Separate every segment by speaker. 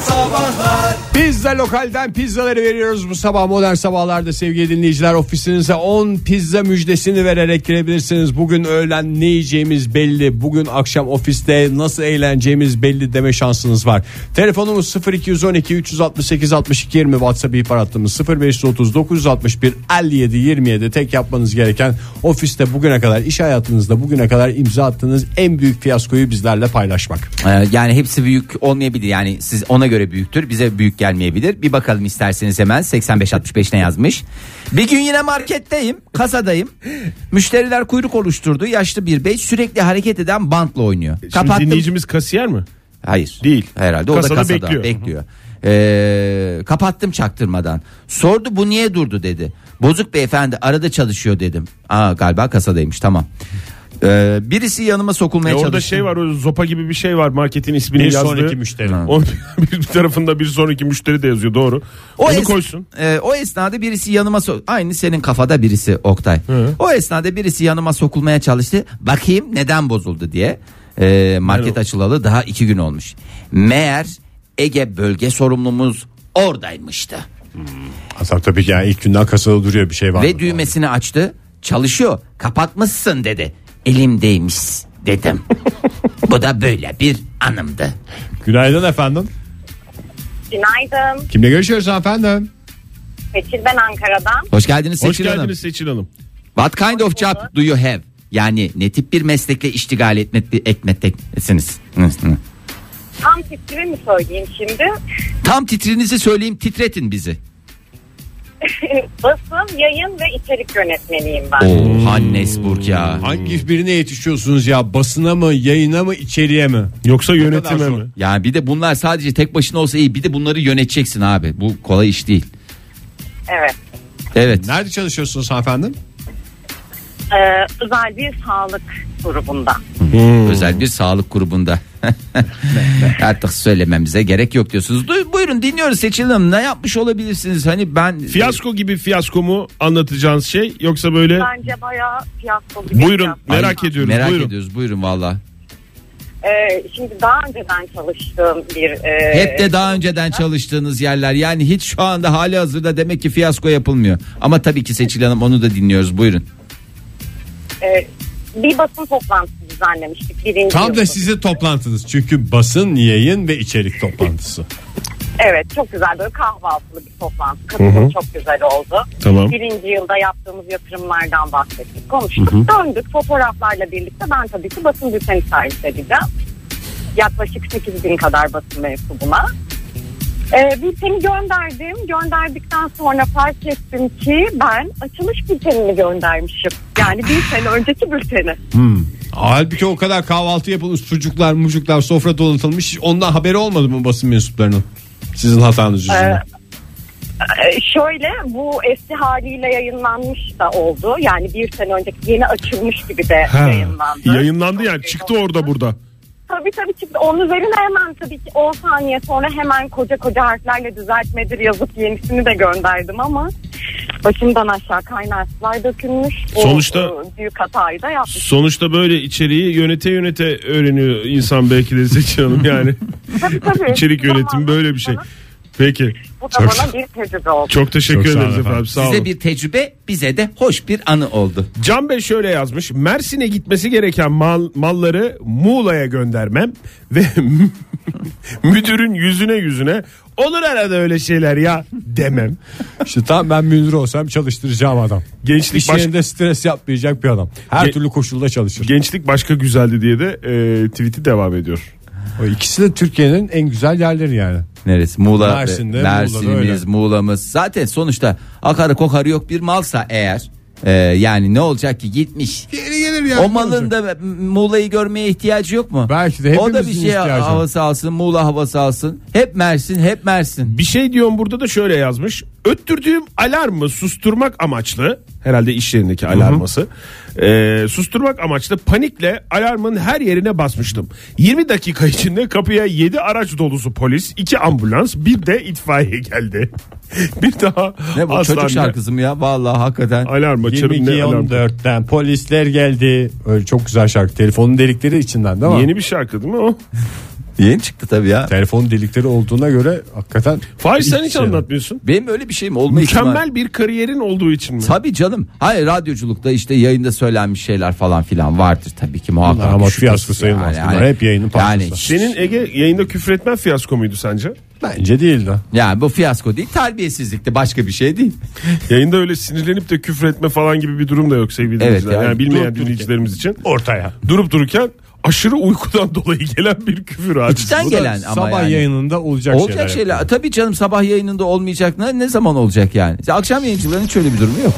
Speaker 1: Sabahlar
Speaker 2: Pizza lokalden pizzaları veriyoruz bu sabah modern sabahlarda sevgili dinleyiciler ofisinize 10 pizza müjdesini vererek girebilirsiniz. Bugün öğlen ne yiyeceğimiz belli, bugün akşam ofiste nasıl eğleneceğimiz belli deme şansınız var. Telefonumuz 0212 368 62 20 WhatsApp ihbar hattımız 0530 961 57 27 tek yapmanız gereken ofiste bugüne kadar iş hayatınızda bugüne kadar imza attığınız en büyük fiyaskoyu bizlerle paylaşmak.
Speaker 3: Ee, yani hepsi büyük olmayabilir. Yani siz ona göre büyüktür. Bize büyük gelmeyebilir. Bir bakalım isterseniz hemen 85-65 ne yazmış. Bir gün yine marketteyim. Kasadayım. Müşteriler kuyruk oluşturdu. Yaşlı bir bey sürekli hareket eden bantla oynuyor.
Speaker 4: Şimdi
Speaker 3: Kapattım.
Speaker 4: dinleyicimiz kasiyer mi?
Speaker 3: Hayır.
Speaker 4: Değil.
Speaker 3: Herhalde o
Speaker 4: Kasada
Speaker 3: da kasada bekliyor.
Speaker 4: bekliyor.
Speaker 3: Ee, kapattım çaktırmadan. Sordu bu niye durdu dedi. Bozuk beyefendi arada çalışıyor dedim. Aa galiba kasadaymış tamam. Ee, birisi yanıma sokulmaya
Speaker 4: E
Speaker 3: çalıştı.
Speaker 4: orada şey var o zopa gibi bir şey var marketin ismini
Speaker 2: Bir
Speaker 4: yazdığı.
Speaker 2: sonraki müşteri.
Speaker 4: O bir tarafında bir sonraki müşteri de yazıyor doğru.
Speaker 3: O
Speaker 4: Onu
Speaker 3: es-
Speaker 4: koysun.
Speaker 3: e, o esnada birisi yanıma so- aynı senin kafada birisi Oktay. O esnada birisi yanıma sokulmaya çalıştı. Bakayım neden bozuldu diye. E, market açılalı daha iki gün olmuş. Meğer Ege bölge sorumlumuz oradaymıştı
Speaker 2: Adam tabii ki yani ilk günden kasada duruyor bir şey var.
Speaker 3: ve düğmesini açtı. Çalışıyor. Kapatmışsın dedi. Elimdeymiş dedim. Bu da böyle bir anımdı.
Speaker 2: Günaydın efendim.
Speaker 5: Günaydın.
Speaker 2: Kimle görüşüyoruz efendim?
Speaker 5: Seçil ben Ankara'dan.
Speaker 3: Hoş geldiniz
Speaker 4: Hoş
Speaker 3: Seçil Hanım.
Speaker 4: geldiniz Seçil Hanım.
Speaker 3: What kind of job do you have? Yani ne tip bir meslekle iştigal etmek, etmektesiniz? Hı, hı.
Speaker 5: Tam tipimi mi söyleyeyim şimdi?
Speaker 3: Tam titrinizi söyleyeyim titretin bizi.
Speaker 5: Basın, yayın ve içerik yönetmeniyim ben.
Speaker 3: Oo, Hannesburg ya.
Speaker 2: Hangi birine yetişiyorsunuz ya? Basına mı, yayına mı, içeriye mi?
Speaker 4: Yoksa
Speaker 2: kadar
Speaker 4: yönetime
Speaker 2: zor.
Speaker 4: mi?
Speaker 3: Yani bir de bunlar sadece tek başına olsa iyi. Bir de bunları yöneteceksin abi. Bu kolay iş değil.
Speaker 5: Evet.
Speaker 3: Evet.
Speaker 2: Nerede çalışıyorsunuz efendim?
Speaker 5: Ee, özel bir sağlık grubunda.
Speaker 3: Özel bir sağlık grubunda. Artık söylememize gerek yok diyorsunuz. Du- buyurun dinliyoruz Seçil Hanım. Ne yapmış olabilirsiniz? Hani ben...
Speaker 4: Fiyasko gibi fiyasko mu anlatacağınız şey yoksa böyle
Speaker 5: Bence bayağı fiyasko gibi.
Speaker 4: buyurun
Speaker 5: fiyasko.
Speaker 4: merak ediyoruz
Speaker 3: Merak
Speaker 4: buyurun.
Speaker 3: ediyoruz. Buyurun valla.
Speaker 5: Ee, şimdi daha önceden çalıştığım bir... e,
Speaker 3: Hep de daha önceden çalıştığınız yerler. Yani hiç şu anda hali hazırda demek ki fiyasko yapılmıyor. Ama tabii ki Seçil Hanım onu da dinliyoruz. Buyurun.
Speaker 5: e, bir basın toplantısı düzenlemiştik. Birinci
Speaker 2: Tam da
Speaker 5: yılında.
Speaker 2: sizin toplantınız. Çünkü basın, yayın ve içerik toplantısı.
Speaker 5: Evet çok güzel böyle kahvaltılı bir toplantı. Katılım çok güzel oldu.
Speaker 4: Tamam.
Speaker 5: Birinci yılda yaptığımız yatırımlardan bahsettik. Konuştuk. Döndük fotoğraflarla birlikte ben tabii ki basın bülteni servis edeceğim. Yaklaşık 8 bin kadar basın mensubuna. Ee, bülteni gönderdim. Gönderdikten sonra fark ettim ki ben açılış bültenini göndermişim. Yani bir sene önceki bülteni.
Speaker 2: Halbuki o kadar kahvaltı yapılmış, sucuklar, mucuklar, sofra donatılmış. Hiç Ondan haberi olmadı mı basın mensuplarının? Sizin hatanız yüzünden.
Speaker 5: Ee, şöyle bu eski haliyle yayınlanmış da oldu. Yani bir sene önceki yeni açılmış gibi de yayınlandı.
Speaker 4: Yayınlandı yani
Speaker 5: Çok
Speaker 4: çıktı
Speaker 5: iyi oldu.
Speaker 4: orada burada.
Speaker 5: Tabii tabii çıktı. Onun üzerine hemen tabii ki 10 saniye sonra hemen koca koca harflerle düzeltmedir yazıp yenisini de gönderdim ama başımdan aşağı kaynaklar dökülmüş. O,
Speaker 4: Sonuçta-
Speaker 5: e, büyük hatayı da yapmış.
Speaker 4: Sonuçta böyle içeriği yönete yönete öğreniyor insan belki de Seçil Hanım yani.
Speaker 5: Tabii tabii.
Speaker 4: İçerik yönetimi
Speaker 5: Zamanla
Speaker 4: böyle bir şey. Peki
Speaker 5: Bu da
Speaker 4: Çok-
Speaker 5: bana bir tecrübe oldu.
Speaker 4: çok teşekkür
Speaker 2: Çok sağ olun
Speaker 4: ederiz efendim
Speaker 2: efendim.
Speaker 4: sağ olun.
Speaker 3: Size bir tecrübe bize de hoş bir anı oldu.
Speaker 4: Can Bey şöyle yazmış. Mersin'e gitmesi gereken mal, malları Muğla'ya göndermem ve müdürün yüzüne yüzüne olur arada öyle şeyler ya demem.
Speaker 2: İşte tam ben müdür olsam çalıştıracağım adam.
Speaker 4: Gençlik
Speaker 2: İş
Speaker 4: baş-
Speaker 2: yerinde stres yapmayacak bir adam. Her
Speaker 4: Ge-
Speaker 2: türlü koşulda çalışır.
Speaker 4: Gençlik başka güzeldi diye de e, tweet'i devam ediyor.
Speaker 2: O ikisi de Türkiye'nin en güzel yerleri yani.
Speaker 3: Neresi? Muğla.
Speaker 2: Mersin'de, Muğla'da
Speaker 3: Mersin'imiz,
Speaker 2: öyle.
Speaker 3: Muğla'mız. Zaten sonuçta akarı kokarı yok bir malsa eğer. e, yani ne olacak ki gitmiş.
Speaker 2: Geri gelir yani.
Speaker 3: O malın da Muğla'yı görmeye ihtiyacı yok mu?
Speaker 2: Belki de
Speaker 3: O da bir
Speaker 2: hepimizin
Speaker 3: şey
Speaker 2: ihtiyacı.
Speaker 3: havası alsın, Muğla havası alsın. Hep Mersin, hep Mersin.
Speaker 4: Bir şey diyorum burada da şöyle yazmış. Öttürdüğüm alarmı susturmak amaçlı herhalde iş yerindeki alarması. e, susturmak amaçlı panikle alarmın her yerine basmıştım. 20 dakika içinde kapıya 7 araç dolusu polis, 2 ambulans, bir de itfaiye geldi. bir daha
Speaker 3: Ne bu
Speaker 4: asla
Speaker 3: çocuk
Speaker 4: bir
Speaker 3: şarkısı mı ya? Vallahi hakikaten.
Speaker 4: Alarm açarım ne alarm.
Speaker 2: 22.14'ten polisler geldi. Öyle çok güzel şarkı. Telefonun delikleri içinden değil mi?
Speaker 4: Yeni bir şarkı değil mi o?
Speaker 3: Yeni çıktı tabii ya.
Speaker 2: Telefon delikleri olduğuna göre hakikaten
Speaker 4: Fahir sen hiç
Speaker 2: şey-
Speaker 4: anlatmıyorsun.
Speaker 3: Benim öyle bir şeyim olma ihtimali.
Speaker 4: Mükemmel bir kariyerin olduğu için mi?
Speaker 3: Tabii canım. Hayır radyoculukta işte yayında söylenmiş şeyler falan filan vardır tabii ki muhakkak.
Speaker 2: Ama
Speaker 3: Şüphesiz
Speaker 2: fiyasko sayılmaz. Bunlar hep yayının
Speaker 3: yani,
Speaker 2: parçası.
Speaker 4: Senin Ege yayında küfretmen fiyasko muydu sence?
Speaker 2: Bence değil de.
Speaker 3: yani bu fiyasko değil terbiyesizlikte başka bir şey değil.
Speaker 4: Yayında öyle sinirlenip de küfretme falan gibi bir durum da yok sevgili
Speaker 3: Evet,
Speaker 4: dinleyiciler. Yani,
Speaker 3: yani
Speaker 4: bilmeyen
Speaker 3: durup
Speaker 4: dinleyicilerimiz için.
Speaker 2: Ortaya.
Speaker 4: Durup dururken aşırı uykudan dolayı gelen bir küfür abi.
Speaker 3: İçten
Speaker 4: Bu da-
Speaker 3: gelen ama
Speaker 2: Sabah
Speaker 3: yani.
Speaker 2: yayınında olacak,
Speaker 3: Olacak şeyler. Tabii canım sabah yayınında olmayacak ne, ne zaman olacak yani? Akşam yayıncıların hiç öyle bir durumu yok.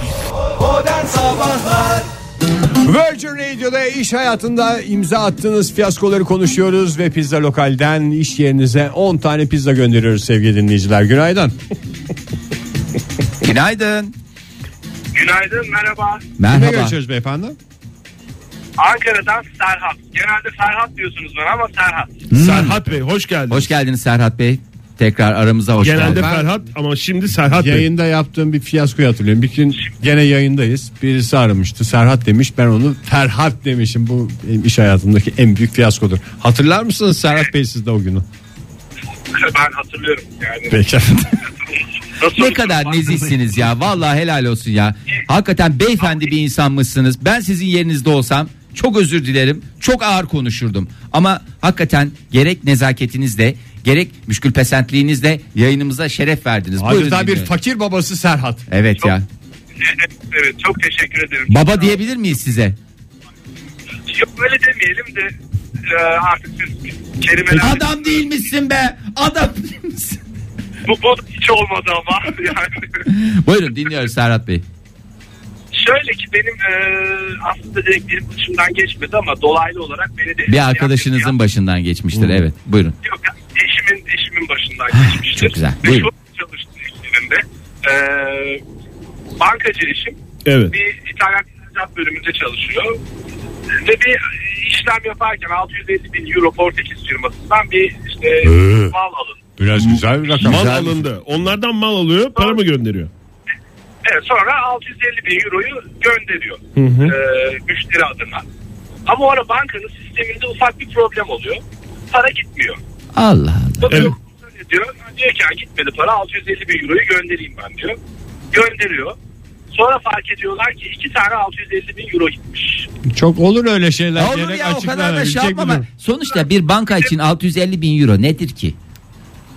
Speaker 2: Virgin Radio'da iş hayatında imza attığınız fiyaskoları konuşuyoruz ve pizza lokalden iş yerinize 10 tane pizza gönderiyoruz sevgili dinleyiciler. Günaydın.
Speaker 3: Günaydın.
Speaker 1: Günaydın, merhaba.
Speaker 2: Ne
Speaker 3: Merhaba.
Speaker 2: görüşüyoruz beyefendi?
Speaker 1: Ankara'dan Serhat. Genelde Serhat diyorsunuz bana ama Serhat.
Speaker 4: Serhat Bey hoş geldin.
Speaker 3: Hoş geldiniz Serhat Bey. Tekrar aramıza hoş
Speaker 4: Genelde
Speaker 3: geldiniz.
Speaker 4: Ferhat ama şimdi Serhat Bey.
Speaker 2: Yayında yaptığım bir fiyaskoyu hatırlıyorum. Bir gün gene yayındayız. Birisi aramıştı. Serhat demiş. Ben onu Ferhat demişim. Bu benim iş hayatımdaki en büyük fiyaskodur. Hatırlar mısınız Serhat Bey siz de o günü?
Speaker 1: Ben hatırlıyorum yani.
Speaker 2: Peki.
Speaker 1: Nasıl
Speaker 3: Ne kadar nezihsiniz ya. Vallahi helal olsun ya. Hakikaten beyefendi bir insanmışsınız. Ben sizin yerinizde olsam çok özür dilerim. Çok ağır konuşurdum. Ama hakikaten gerek nezaketinizle gerek müşkülpesentliğinizle yayınımıza şeref verdiniz. Buyurun
Speaker 2: Adeta bir
Speaker 3: dinliyorum.
Speaker 2: fakir babası Serhat.
Speaker 3: Evet ya.
Speaker 1: Evet, çok teşekkür ederim.
Speaker 3: Baba diyebilir miyiz size?
Speaker 1: Yok öyle demeyelim de e, artık siz kelimeler...
Speaker 3: Adam değilmişsin be. Adam değilmişsin.
Speaker 1: Bu, bu hiç olmadı ama yani.
Speaker 3: Buyurun dinliyoruz Serhat Bey.
Speaker 1: Şöyle ki benim e, aslında direkt benim başımdan geçmedi ama dolaylı olarak beni de...
Speaker 3: Bir arkadaşınızın başından geçmiştir. Evet. Buyurun.
Speaker 1: Yok eşimin, eşimin başından geçmiştir.
Speaker 3: çok güzel.
Speaker 1: Ve
Speaker 3: Buyurun.
Speaker 1: çok çalıştı işlerinde. E, bankacı eşim.
Speaker 4: Evet.
Speaker 1: Bir İtalyan ticaret bölümünde çalışıyor. Ve bir işlem yaparken 650 bin euro Portekiz firmasından bir işte
Speaker 3: Ee.
Speaker 1: mal alın.
Speaker 2: Biraz güzel bir rakam.
Speaker 4: Mal
Speaker 3: Güzel.
Speaker 4: alındı. Onlardan mal alıyor, para mı gönderiyor?
Speaker 1: Evet, sonra 650 bin euroyu gönderiyor e, müşteri adına. Ama o ara bankanın sisteminde ufak bir problem oluyor. Para gitmiyor.
Speaker 3: Allah Allah.
Speaker 1: Bakıyor,
Speaker 4: Evet.
Speaker 1: öyle diyor. Diyor ki "Ha, gitmedi para 650 bin euroyu göndereyim ben diyor. Gönderiyor. Sonra fark ediyorlar ki iki tane 650 bin euro gitmiş.
Speaker 2: Çok olur öyle şeyler.
Speaker 3: Ya Olur
Speaker 2: Gerek
Speaker 3: ya o kadar da şey
Speaker 2: açıklanabilecek
Speaker 3: yapma.
Speaker 2: bir durum.
Speaker 3: ama Sonuçta bir banka için 650 bin euro nedir ki?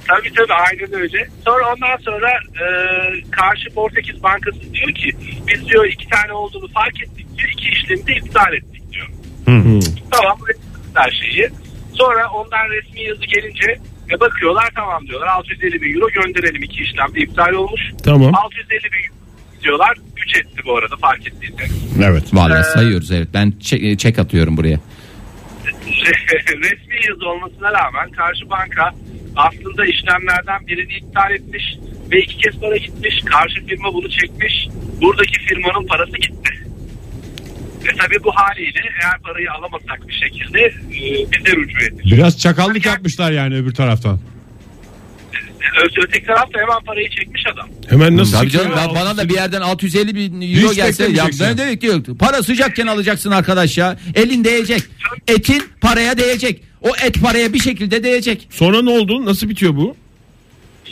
Speaker 1: Tabii tabii aynen öyle. Sonra ondan sonra e, karşı Portekiz Bankası diyor ki biz diyor iki tane olduğunu fark ettik diyor. iki işlemi de iptal ettik diyor. Tamam her şeyi. Sonra ondan resmi yazı gelince e, bakıyorlar tamam diyorlar 650 bin euro gönderelim iki işlemde iptal olmuş.
Speaker 4: Tamam.
Speaker 1: 650 bin euro diyorlar 3 etti bu arada fark ettiğinde.
Speaker 2: Evet.
Speaker 3: Vallahi sayıyoruz evet. Ben çek, e, çek atıyorum buraya.
Speaker 1: resmi yazı olmasına rağmen karşı banka aslında işlemlerden birini iptal etmiş ve iki kez para gitmiş. Karşı firma bunu çekmiş. Buradaki firmanın parası gitti. Ve tabii bu haliyle eğer parayı alamasak bir şekilde e, bize rücu edilir.
Speaker 2: Biraz çakallık yapmışlar yani öbür taraftan.
Speaker 1: E, Ö- Öteki taraf da hemen parayı çekmiş adam.
Speaker 4: Hemen nasıl?
Speaker 3: Tabii
Speaker 4: çıkıyor?
Speaker 3: canım ben- bana da bir yerden 650 bin euro
Speaker 2: Hiç
Speaker 3: gelse ya
Speaker 2: beklemeyeceksin.
Speaker 3: ben demek ki yok. Para sıcakken alacaksın arkadaş ya. Elin değecek. Etin paraya değecek. O et paraya bir şekilde değecek.
Speaker 4: Sonra ne oldu? Nasıl bitiyor bu?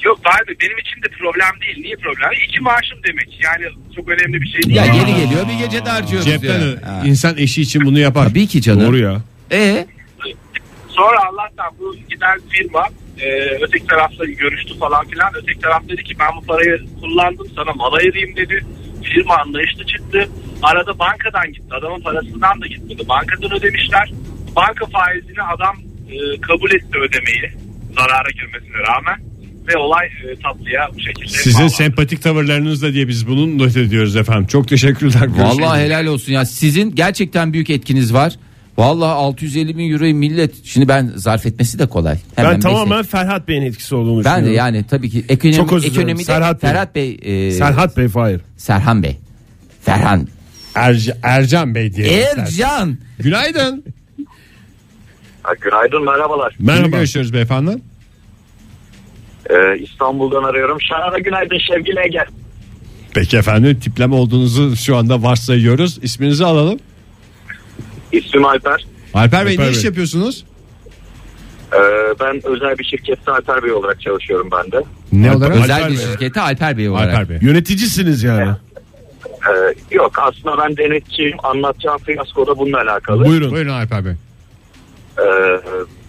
Speaker 1: Yok abi benim için de problem değil. Niye problem? İki maaşım demek. Yani çok önemli bir şey değil.
Speaker 3: Ya
Speaker 1: Ama-
Speaker 3: geri geliyor bir gece de harcıyoruz
Speaker 2: Cepten
Speaker 3: ya.
Speaker 2: ö-
Speaker 3: Ha.
Speaker 2: insan eşi için bunu yapar.
Speaker 3: Tabii ki canım.
Speaker 4: Doğru ya.
Speaker 3: E
Speaker 1: Sonra Allah'tan bu giden firma e, öteki tarafla görüştü falan filan. Öteki taraf dedi ki ben bu parayı kullandım sana mal ayırayım dedi. Firma anlayışlı çıktı. Arada bankadan gitti. Adamın parasından da gitmedi. Bankadan ödemişler. Banka faizini adam e, kabul etti ödemeyi. Zarara girmesine rağmen. Ve olay e, tatlıya bu şekilde.
Speaker 2: Sizin
Speaker 1: bağlandı.
Speaker 2: sempatik tavırlarınızla diye biz bunun not ediyoruz efendim. Çok teşekkürler. Görüşürüz.
Speaker 3: Vallahi helal olsun ya. Sizin gerçekten büyük etkiniz var. Vallahi 650 bin euroyu millet şimdi ben zarf etmesi de kolay. Hemen
Speaker 4: ben
Speaker 3: beş-
Speaker 4: tamamen Ferhat Bey'in etkisi olduğunu
Speaker 3: ben de
Speaker 4: düşünüyorum.
Speaker 3: yani tabii ki ekonomi,
Speaker 4: Çok özür dilerim.
Speaker 3: ekonomide
Speaker 4: Serhat Bey.
Speaker 3: Ferhat Bey, e,
Speaker 4: Serhat Bey Fahir.
Speaker 3: Serhan Bey. Ferhan.
Speaker 2: Erc- Ercan Bey diye.
Speaker 3: Ercan.
Speaker 2: Günaydın.
Speaker 6: Ha, Günaydın merhabalar.
Speaker 2: Merhaba.
Speaker 4: Merhaba.
Speaker 2: görüşüyoruz beyefendi.
Speaker 6: Ee, İstanbul'dan arıyorum. Şarara günaydın sevgili Ege.
Speaker 2: Peki efendim tipleme olduğunuzu şu anda varsayıyoruz. İsminizi alalım.
Speaker 6: İsmim Alper.
Speaker 2: Alper Bey
Speaker 4: Alper
Speaker 2: ne iş
Speaker 4: Bey.
Speaker 2: yapıyorsunuz?
Speaker 1: Ee, ben özel bir şirkette Alper Bey olarak çalışıyorum ben de.
Speaker 2: Ne olarak?
Speaker 3: Özel
Speaker 4: Alper
Speaker 3: bir
Speaker 4: Bey.
Speaker 3: şirketi Alper Bey olarak.
Speaker 7: Alper Bey.
Speaker 4: Yöneticisiniz yani.
Speaker 1: Ee, yok aslında ben denetçiyim. Anlatacağım fiyasko da bununla alakalı.
Speaker 4: Buyurun.
Speaker 7: Buyurun Alper Bey.
Speaker 1: Ee,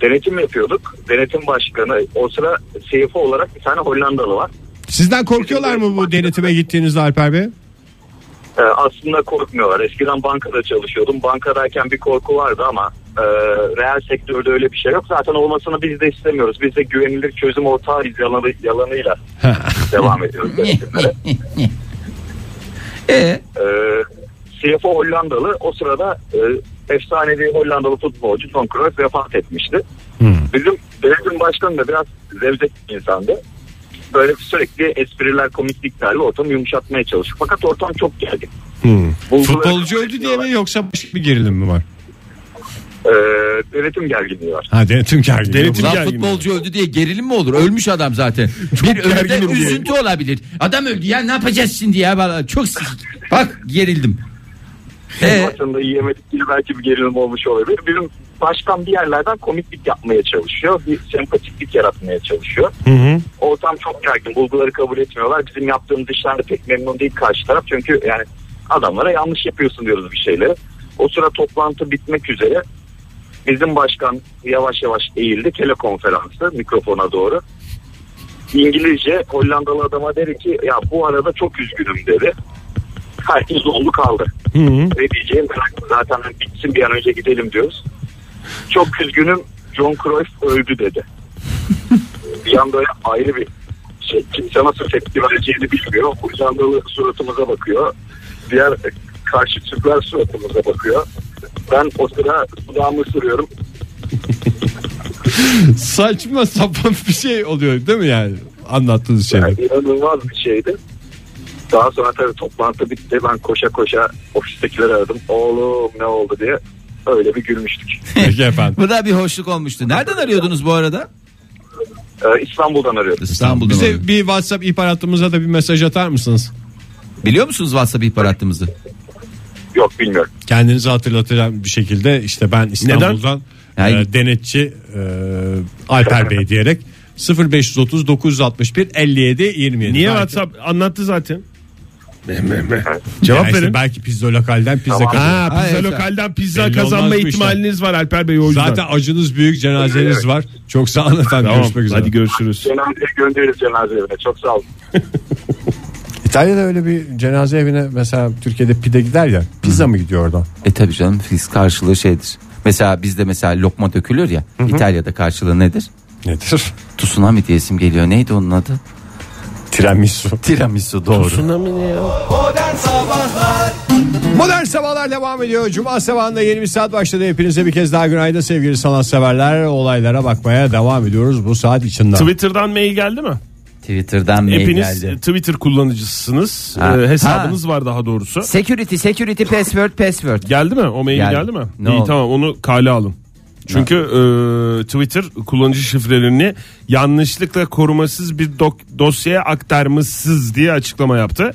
Speaker 1: denetim yapıyorduk. Denetim başkanı o sıra CFO olarak bir tane Hollandalı var.
Speaker 2: Sizden korkuyorlar mı bu denetime gittiğinizde Alper Bey?
Speaker 1: Ee, aslında korkmuyorlar. Eskiden bankada çalışıyordum. Bankadayken bir korku vardı ama e, reel sektörde öyle bir şey yok. Zaten olmasını biz de istemiyoruz. Biz de güvenilir çözüm ortağıyız yalanı, yalanıyla devam ediyoruz. denetimlere.
Speaker 3: Ee,
Speaker 1: Ee, CFO Hollandalı o sırada e, efsanevi Hollandalı futbolcu John Cruyff vefat etmişti.
Speaker 2: Hmm.
Speaker 1: Bizim denetim başkanı da biraz zevzek bir insandı. Böyle sürekli espriler, komikliklerle ortamı yumuşatmaya çalıştık. Fakat ortam çok gergin. Bulguları-
Speaker 2: Hmm. Futbolcu öldü diye mi yoksa başka bir gerilim mi var?
Speaker 1: Ee, denetim gerginliği var.
Speaker 2: Ha denetim gergin.
Speaker 4: Denetim
Speaker 3: ulan
Speaker 4: gergin
Speaker 3: futbolcu öldü diye gerilim mi olur? Ölmüş adam zaten. bir ölüde
Speaker 4: gerginim diye.
Speaker 3: üzüntü olabilir. Adam öldü ya ne yapacağız şimdi ya? Vallahi Çok sık- Bak gerildim. Ee,
Speaker 1: Aslında Şey yiyemedik gibi belki bir gerilim olmuş olabilir. Bizim başkan bir yerlerden komiklik yapmaya çalışıyor. Bir sempatiklik yaratmaya çalışıyor. Ortam çok gergin. Bulguları kabul etmiyorlar. Bizim yaptığımız işlerle pek memnun değil karşı taraf. Çünkü yani adamlara yanlış yapıyorsun diyoruz bir şeyleri. O sıra toplantı bitmek üzere. Bizim başkan yavaş yavaş eğildi. Telekonferansı mikrofona doğru. İngilizce Hollandalı adama dedi ki ya bu arada çok üzgünüm dedi. Herkes oldu kaldı ne diyeceğim zaten hani bitsin bir an önce gidelim diyoruz. Çok üzgünüm John Cruyff öldü dedi. bir an böyle ayrı bir şey, kimse nasıl tepki vereceğini bilmiyor. Uyandalı suratımıza bakıyor. Diğer karşı Türkler suratımıza bakıyor. Ben o sıra dudağımı ısırıyorum.
Speaker 2: Saçma sapan bir şey oluyor değil mi yani anlattığınız şeyler?
Speaker 1: Yani inanılmaz bir şeydi. Daha sonra tabii toplantı bitti. Ben koşa koşa ofistekileri aradım. Oğlum ne oldu diye. Öyle bir gülmüştük.
Speaker 2: Peki efendim.
Speaker 3: bu da bir hoşluk olmuştu. Nereden arıyordunuz bu arada?
Speaker 1: Ee, İstanbul'dan arıyorum.
Speaker 3: İstanbul'dan. arıyorum.
Speaker 2: Bize bir WhatsApp ihbar hattımıza da bir mesaj atar mısınız?
Speaker 3: Biliyor musunuz WhatsApp ihbar hattımızı?
Speaker 1: Yok bilmiyorum.
Speaker 2: Kendinizi hatırlatılan bir şekilde işte ben İstanbul'dan
Speaker 3: Neden?
Speaker 2: e,
Speaker 3: Yani-
Speaker 2: denetçi e, Alper Bey diyerek 0530 961 57 27.
Speaker 4: Niye
Speaker 2: Belki-
Speaker 4: WhatsApp anlattı zaten?
Speaker 2: Ya
Speaker 4: Cevap
Speaker 2: işte
Speaker 4: verin.
Speaker 2: belki pizza lokalden pizza
Speaker 1: Tamam.
Speaker 2: kazanır.
Speaker 4: Ha, pizza
Speaker 3: Hayır,
Speaker 4: lokalden pizza
Speaker 2: Belli
Speaker 4: kazanma
Speaker 2: olmaz bu
Speaker 4: ihtimaliniz var Alper Bey o yüzden.
Speaker 2: Zaten acınız büyük cenazeniz var. Çok sağ olun efendim.
Speaker 4: tamam,
Speaker 2: Görüşmek üzere.
Speaker 4: hadi görüşürüz.
Speaker 1: Cenazeye göndeririz cenaze evine. Çok sağ olun.
Speaker 2: İtalya'da öyle bir cenaze evine mesela Türkiye'de pide gider ya. Pizza mı gidiyor oradan?
Speaker 3: E tabii canım fiz karşılığı şeydir. Mesela bizde mesela lokma dökülür ya. İtalya'da karşılığı nedir?
Speaker 2: Nedir?
Speaker 3: Tsunami diye isim geliyor. Neydi onun adı?
Speaker 2: Tiramisu.
Speaker 3: Tiramisu doğru.
Speaker 2: Modern Sabahlar devam ediyor. Cuma sabahında yeni bir saat başladı. Hepinize bir kez daha günaydın sevgili sanatseverler. Olaylara bakmaya devam ediyoruz bu saat içinde.
Speaker 4: Twitter'dan mail geldi mi?
Speaker 3: Twitter'dan mail
Speaker 4: Hepiniz
Speaker 3: geldi.
Speaker 4: Twitter kullanıcısınız.
Speaker 3: Ha.
Speaker 4: Ee, hesabınız var daha doğrusu.
Speaker 3: Security, security, password, password.
Speaker 4: Geldi mi? O mail
Speaker 3: Geldi.
Speaker 4: geldi, mi?
Speaker 3: Ne
Speaker 4: İyi
Speaker 3: oldu?
Speaker 4: tamam onu kale alın. Çünkü e, Twitter kullanıcı şifrelerini yanlışlıkla korumasız bir dok- dosyaya aktarmışsız diye açıklama yaptı.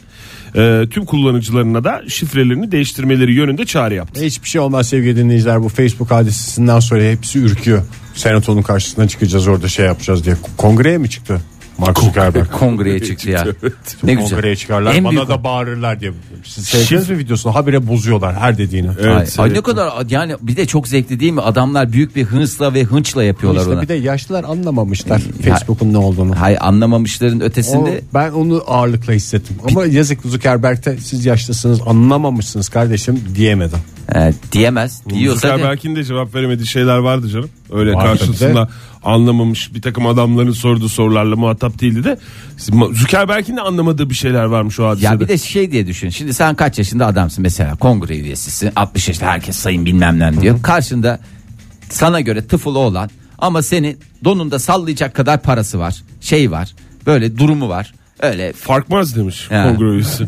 Speaker 4: E, tüm kullanıcılarına da şifrelerini değiştirmeleri yönünde çağrı yaptı.
Speaker 2: Hiçbir şey olmaz sevgili dinleyiciler. Bu Facebook hadisesinden sonra hepsi ürküyor. Senatonun karşısına çıkacağız orada şey yapacağız diye. Kongreye mi çıktı? Mark Zuckerberg.
Speaker 3: Kongreye çıktı ya. Ne güzel.
Speaker 2: Kongreye çıkarlar
Speaker 3: En
Speaker 2: bana
Speaker 3: büyük-
Speaker 2: da bağırırlar diye. Siz seyrediniz mi videosunu? Habire bozuyorlar her dediğini.
Speaker 3: Ay,
Speaker 4: Evet,
Speaker 3: ay
Speaker 4: evet.
Speaker 3: ne kadar yani bir de çok zevkli değil mi? Adamlar büyük bir hırsla ve hınçla yapıyorlar
Speaker 2: İşte
Speaker 3: ona.
Speaker 2: bir de yaşlılar anlamamışlar
Speaker 3: Ya-
Speaker 2: Facebook'un ne olduğunu.
Speaker 3: Hay anlamamışların
Speaker 2: O-
Speaker 3: ötesinde
Speaker 2: ben onu ağırlıkla hissettim. Ama yazık Zuckerberg'te siz yaşlısınız anlamamışsınız kardeşim diyemedim.
Speaker 3: e, diyemez. Diyorsa de,
Speaker 4: Zuckerberg'in de cevap veremediği şeyler vardı canım. Öyle
Speaker 2: Var
Speaker 4: karşısında anlamamış bir takım adamların sorduğu sorularla muhatap değildi de Zuckerberg'in de anlamadığı bir şeyler varmış o hadisede.
Speaker 3: ya bir de şey diye düşün. Şimdi sen kaç yaşında adamsın mesela kongre üyesisin. 60 yaşında herkes sayın bilmem ne diyor. Karşında sana göre tıfılı olan ama seni donunda sallayacak kadar parası var. Şey var. Böyle durumu var. Öyle
Speaker 4: Farkmaz demiş
Speaker 3: Ya.
Speaker 4: kongre üyesi.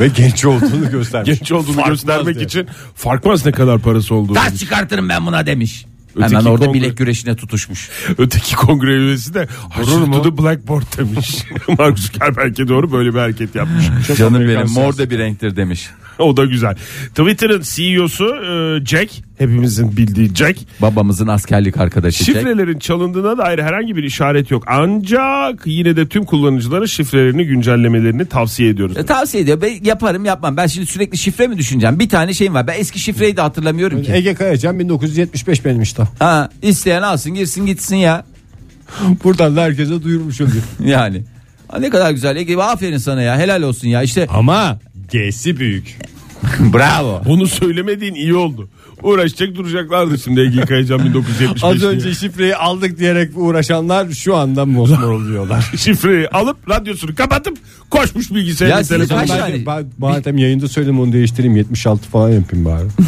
Speaker 2: Ve genç olduğunu göstermiş.
Speaker 4: Genç olduğunu
Speaker 2: Farkmaz
Speaker 4: göstermek
Speaker 2: diye.
Speaker 4: için farkmaz ne kadar parası olduğu.
Speaker 3: Taş çıkartırım ben buna demiş.
Speaker 4: Öteki
Speaker 3: Hemen orada
Speaker 4: kongre-
Speaker 3: bilek güreşine tutuşmuş.
Speaker 4: Öteki kongre üyesi de Gurur mu? the blackboard demiş. Mark Zuckerberg'e doğru böyle bir hareket yapmış.
Speaker 3: Canım benim mor da bir renktir demiş.
Speaker 4: o da güzel. Twitter'ın CEO'su e, Jack. Hepimizin bildiği Jack.
Speaker 3: Babamızın askerlik arkadaşı. Jack.
Speaker 4: Şifrelerin çalındığına dair herhangi bir işaret yok. Ancak yine de tüm kullanıcılara şifrelerini güncellemelerini tavsiye ediyoruz.
Speaker 3: E, Tavsiye ediyor. Ben yaparım yapmam. Ben şimdi sürekli şifre mi düşüneceğim? Bir tane şeyim var. Ben eski şifreyi de hatırlamıyorum ki.
Speaker 2: Ege Kayacan 1975 benim işte.
Speaker 3: Ha, isteyen alsın girsin gitsin ya.
Speaker 2: Buradan da herkese duyurmuş oluyor.
Speaker 3: Yani. Ha, ne kadar güzel Ege. Aferin sana ya. Helal olsun ya. İşte
Speaker 2: Ama G'si büyük.
Speaker 3: bravo.
Speaker 4: Bunu söylemediğin iyi oldu. Uğraşacak duracaklardı şimdi Ege Kayacan 1975
Speaker 2: Az
Speaker 4: diye.
Speaker 2: önce şifreyi aldık diyerek uğraşanlar şu anda mosmor oluyorlar.
Speaker 4: şifreyi alıp radyosunu kapatıp koşmuş
Speaker 3: Ya
Speaker 4: bilgisayarına
Speaker 3: siz
Speaker 4: telefon.
Speaker 3: Kaç
Speaker 2: Ben,
Speaker 3: yani?
Speaker 2: de- ben, madem yayında söyledim onu değiştireyim 76 falan yapayım bari.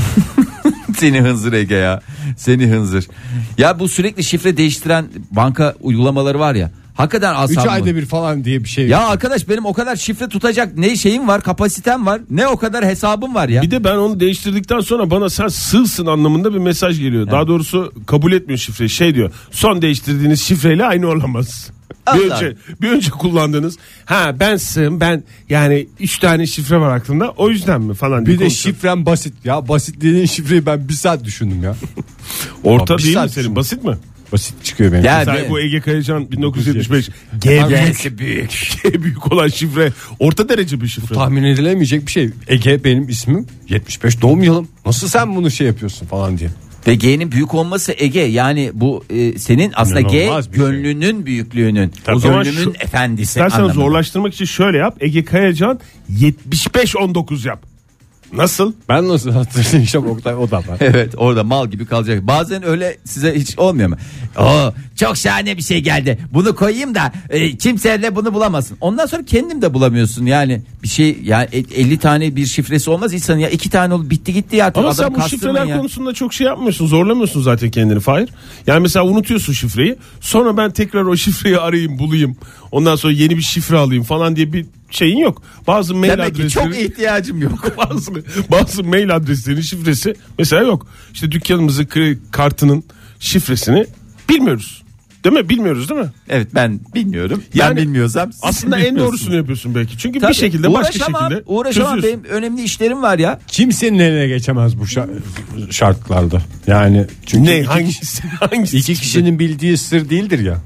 Speaker 3: Seni hınzır Ege ya. Seni hınzır. Ya bu sürekli şifre değiştiren banka uygulamaları var ya. Hakikaten
Speaker 2: 3
Speaker 3: asabım.
Speaker 2: ayda bir falan diye bir şey.
Speaker 3: Ya arkadaş benim o kadar şifre tutacak ne şeyim var kapasitem var ne o kadar hesabım var ya.
Speaker 4: Bir de ben onu değiştirdikten sonra bana sen sığsın anlamında bir mesaj geliyor. Daha doğrusu kabul etmiyor şifreyi. Şey diyor. Son değiştirdiğiniz şifreyle aynı olamaz. Bir
Speaker 3: Allah.
Speaker 4: önce, bir önce kullandınız. Ha ben sığım ben yani 3 tane şifre var aklımda o yüzden mi falan diye
Speaker 2: Bir de
Speaker 4: konuşuyor.
Speaker 2: şifrem basit. Ya basit dediğin şifreyi ben bir saat düşündüm ya.
Speaker 4: Orta
Speaker 2: Aa, bir
Speaker 4: değil mi
Speaker 2: saat
Speaker 4: senin
Speaker 2: düşün.
Speaker 4: basit mi?
Speaker 2: Basit çıkıyor benim.
Speaker 3: Ya
Speaker 4: Sen
Speaker 3: be-
Speaker 4: bu Ege Kayacan 1975
Speaker 2: G
Speaker 4: büyük. G büyük olan şifre orta derece bir şifre.
Speaker 2: Tahmin edilemeyecek bir şey. Ege benim ismim. 75 doğum yılım. Nasıl sen bunu şey yapıyorsun falan diye.
Speaker 3: Ve G'nin büyük olması Ege yani bu e, senin aslında
Speaker 2: İnanılmaz
Speaker 3: G
Speaker 2: bir şey.
Speaker 3: gönlünün büyüklüğünün
Speaker 4: Tabii. O
Speaker 3: gönlünün
Speaker 4: zaman şu-
Speaker 3: efendisi
Speaker 4: İstersen
Speaker 3: anlamında.
Speaker 4: zorlaştırmak için şöyle yap. Ege Kayacan 75-19 yap. Nasıl?
Speaker 2: Ben nasıl hatırlayacağım Oktay o da var.
Speaker 3: Evet orada mal gibi kalacak. Bazen öyle size hiç olmuyor mu? Oo, çok şahane bir şey geldi. Bunu koyayım da e, kimse de bunu bulamasın. Ondan sonra kendim de bulamıyorsun yani. Bir şey yani e- 50 tane bir şifresi olmaz insanın ya. iki tane oldu bitti gitti ya.
Speaker 4: Ama
Speaker 3: Adam
Speaker 4: sen bu
Speaker 3: kastırmayın
Speaker 4: şifreler
Speaker 3: ya.
Speaker 4: konusunda çok şey yapmıyorsun. Zorlamıyorsun zaten kendini Fahir. Yani mesela unutuyorsun şifreyi. Sonra ben tekrar o şifreyi arayayım bulayım. Ondan sonra yeni bir şifre alayım falan diye bir şeyin yok. Bazı mail
Speaker 3: Demek ki
Speaker 4: adresleri...
Speaker 3: çok ihtiyacım yok.
Speaker 4: bazı, bazı mail adreslerinin şifresi mesela yok. İşte dükkanımızın kredi kartının şifresini bilmiyoruz. Değil mi? Bilmiyoruz değil mi?
Speaker 3: Evet ben bilmiyorum.
Speaker 4: Yani
Speaker 3: ben bilmiyorsam siz
Speaker 4: Aslında en
Speaker 3: bilmiyorsunuz.
Speaker 4: doğrusunu yapıyorsun belki. Çünkü
Speaker 3: Tabii,
Speaker 4: bir şekilde başka
Speaker 3: uğraşamam,
Speaker 4: şekilde
Speaker 3: Uğraşamam
Speaker 4: çözüyorsun.
Speaker 3: benim önemli işlerim var ya.
Speaker 2: Kimsenin eline geçemez bu şa- şartlarda. Yani çünkü
Speaker 4: Ne
Speaker 2: iki,
Speaker 4: hangisi? hangisi?
Speaker 2: iki kişinin bildiği sır değildir ya.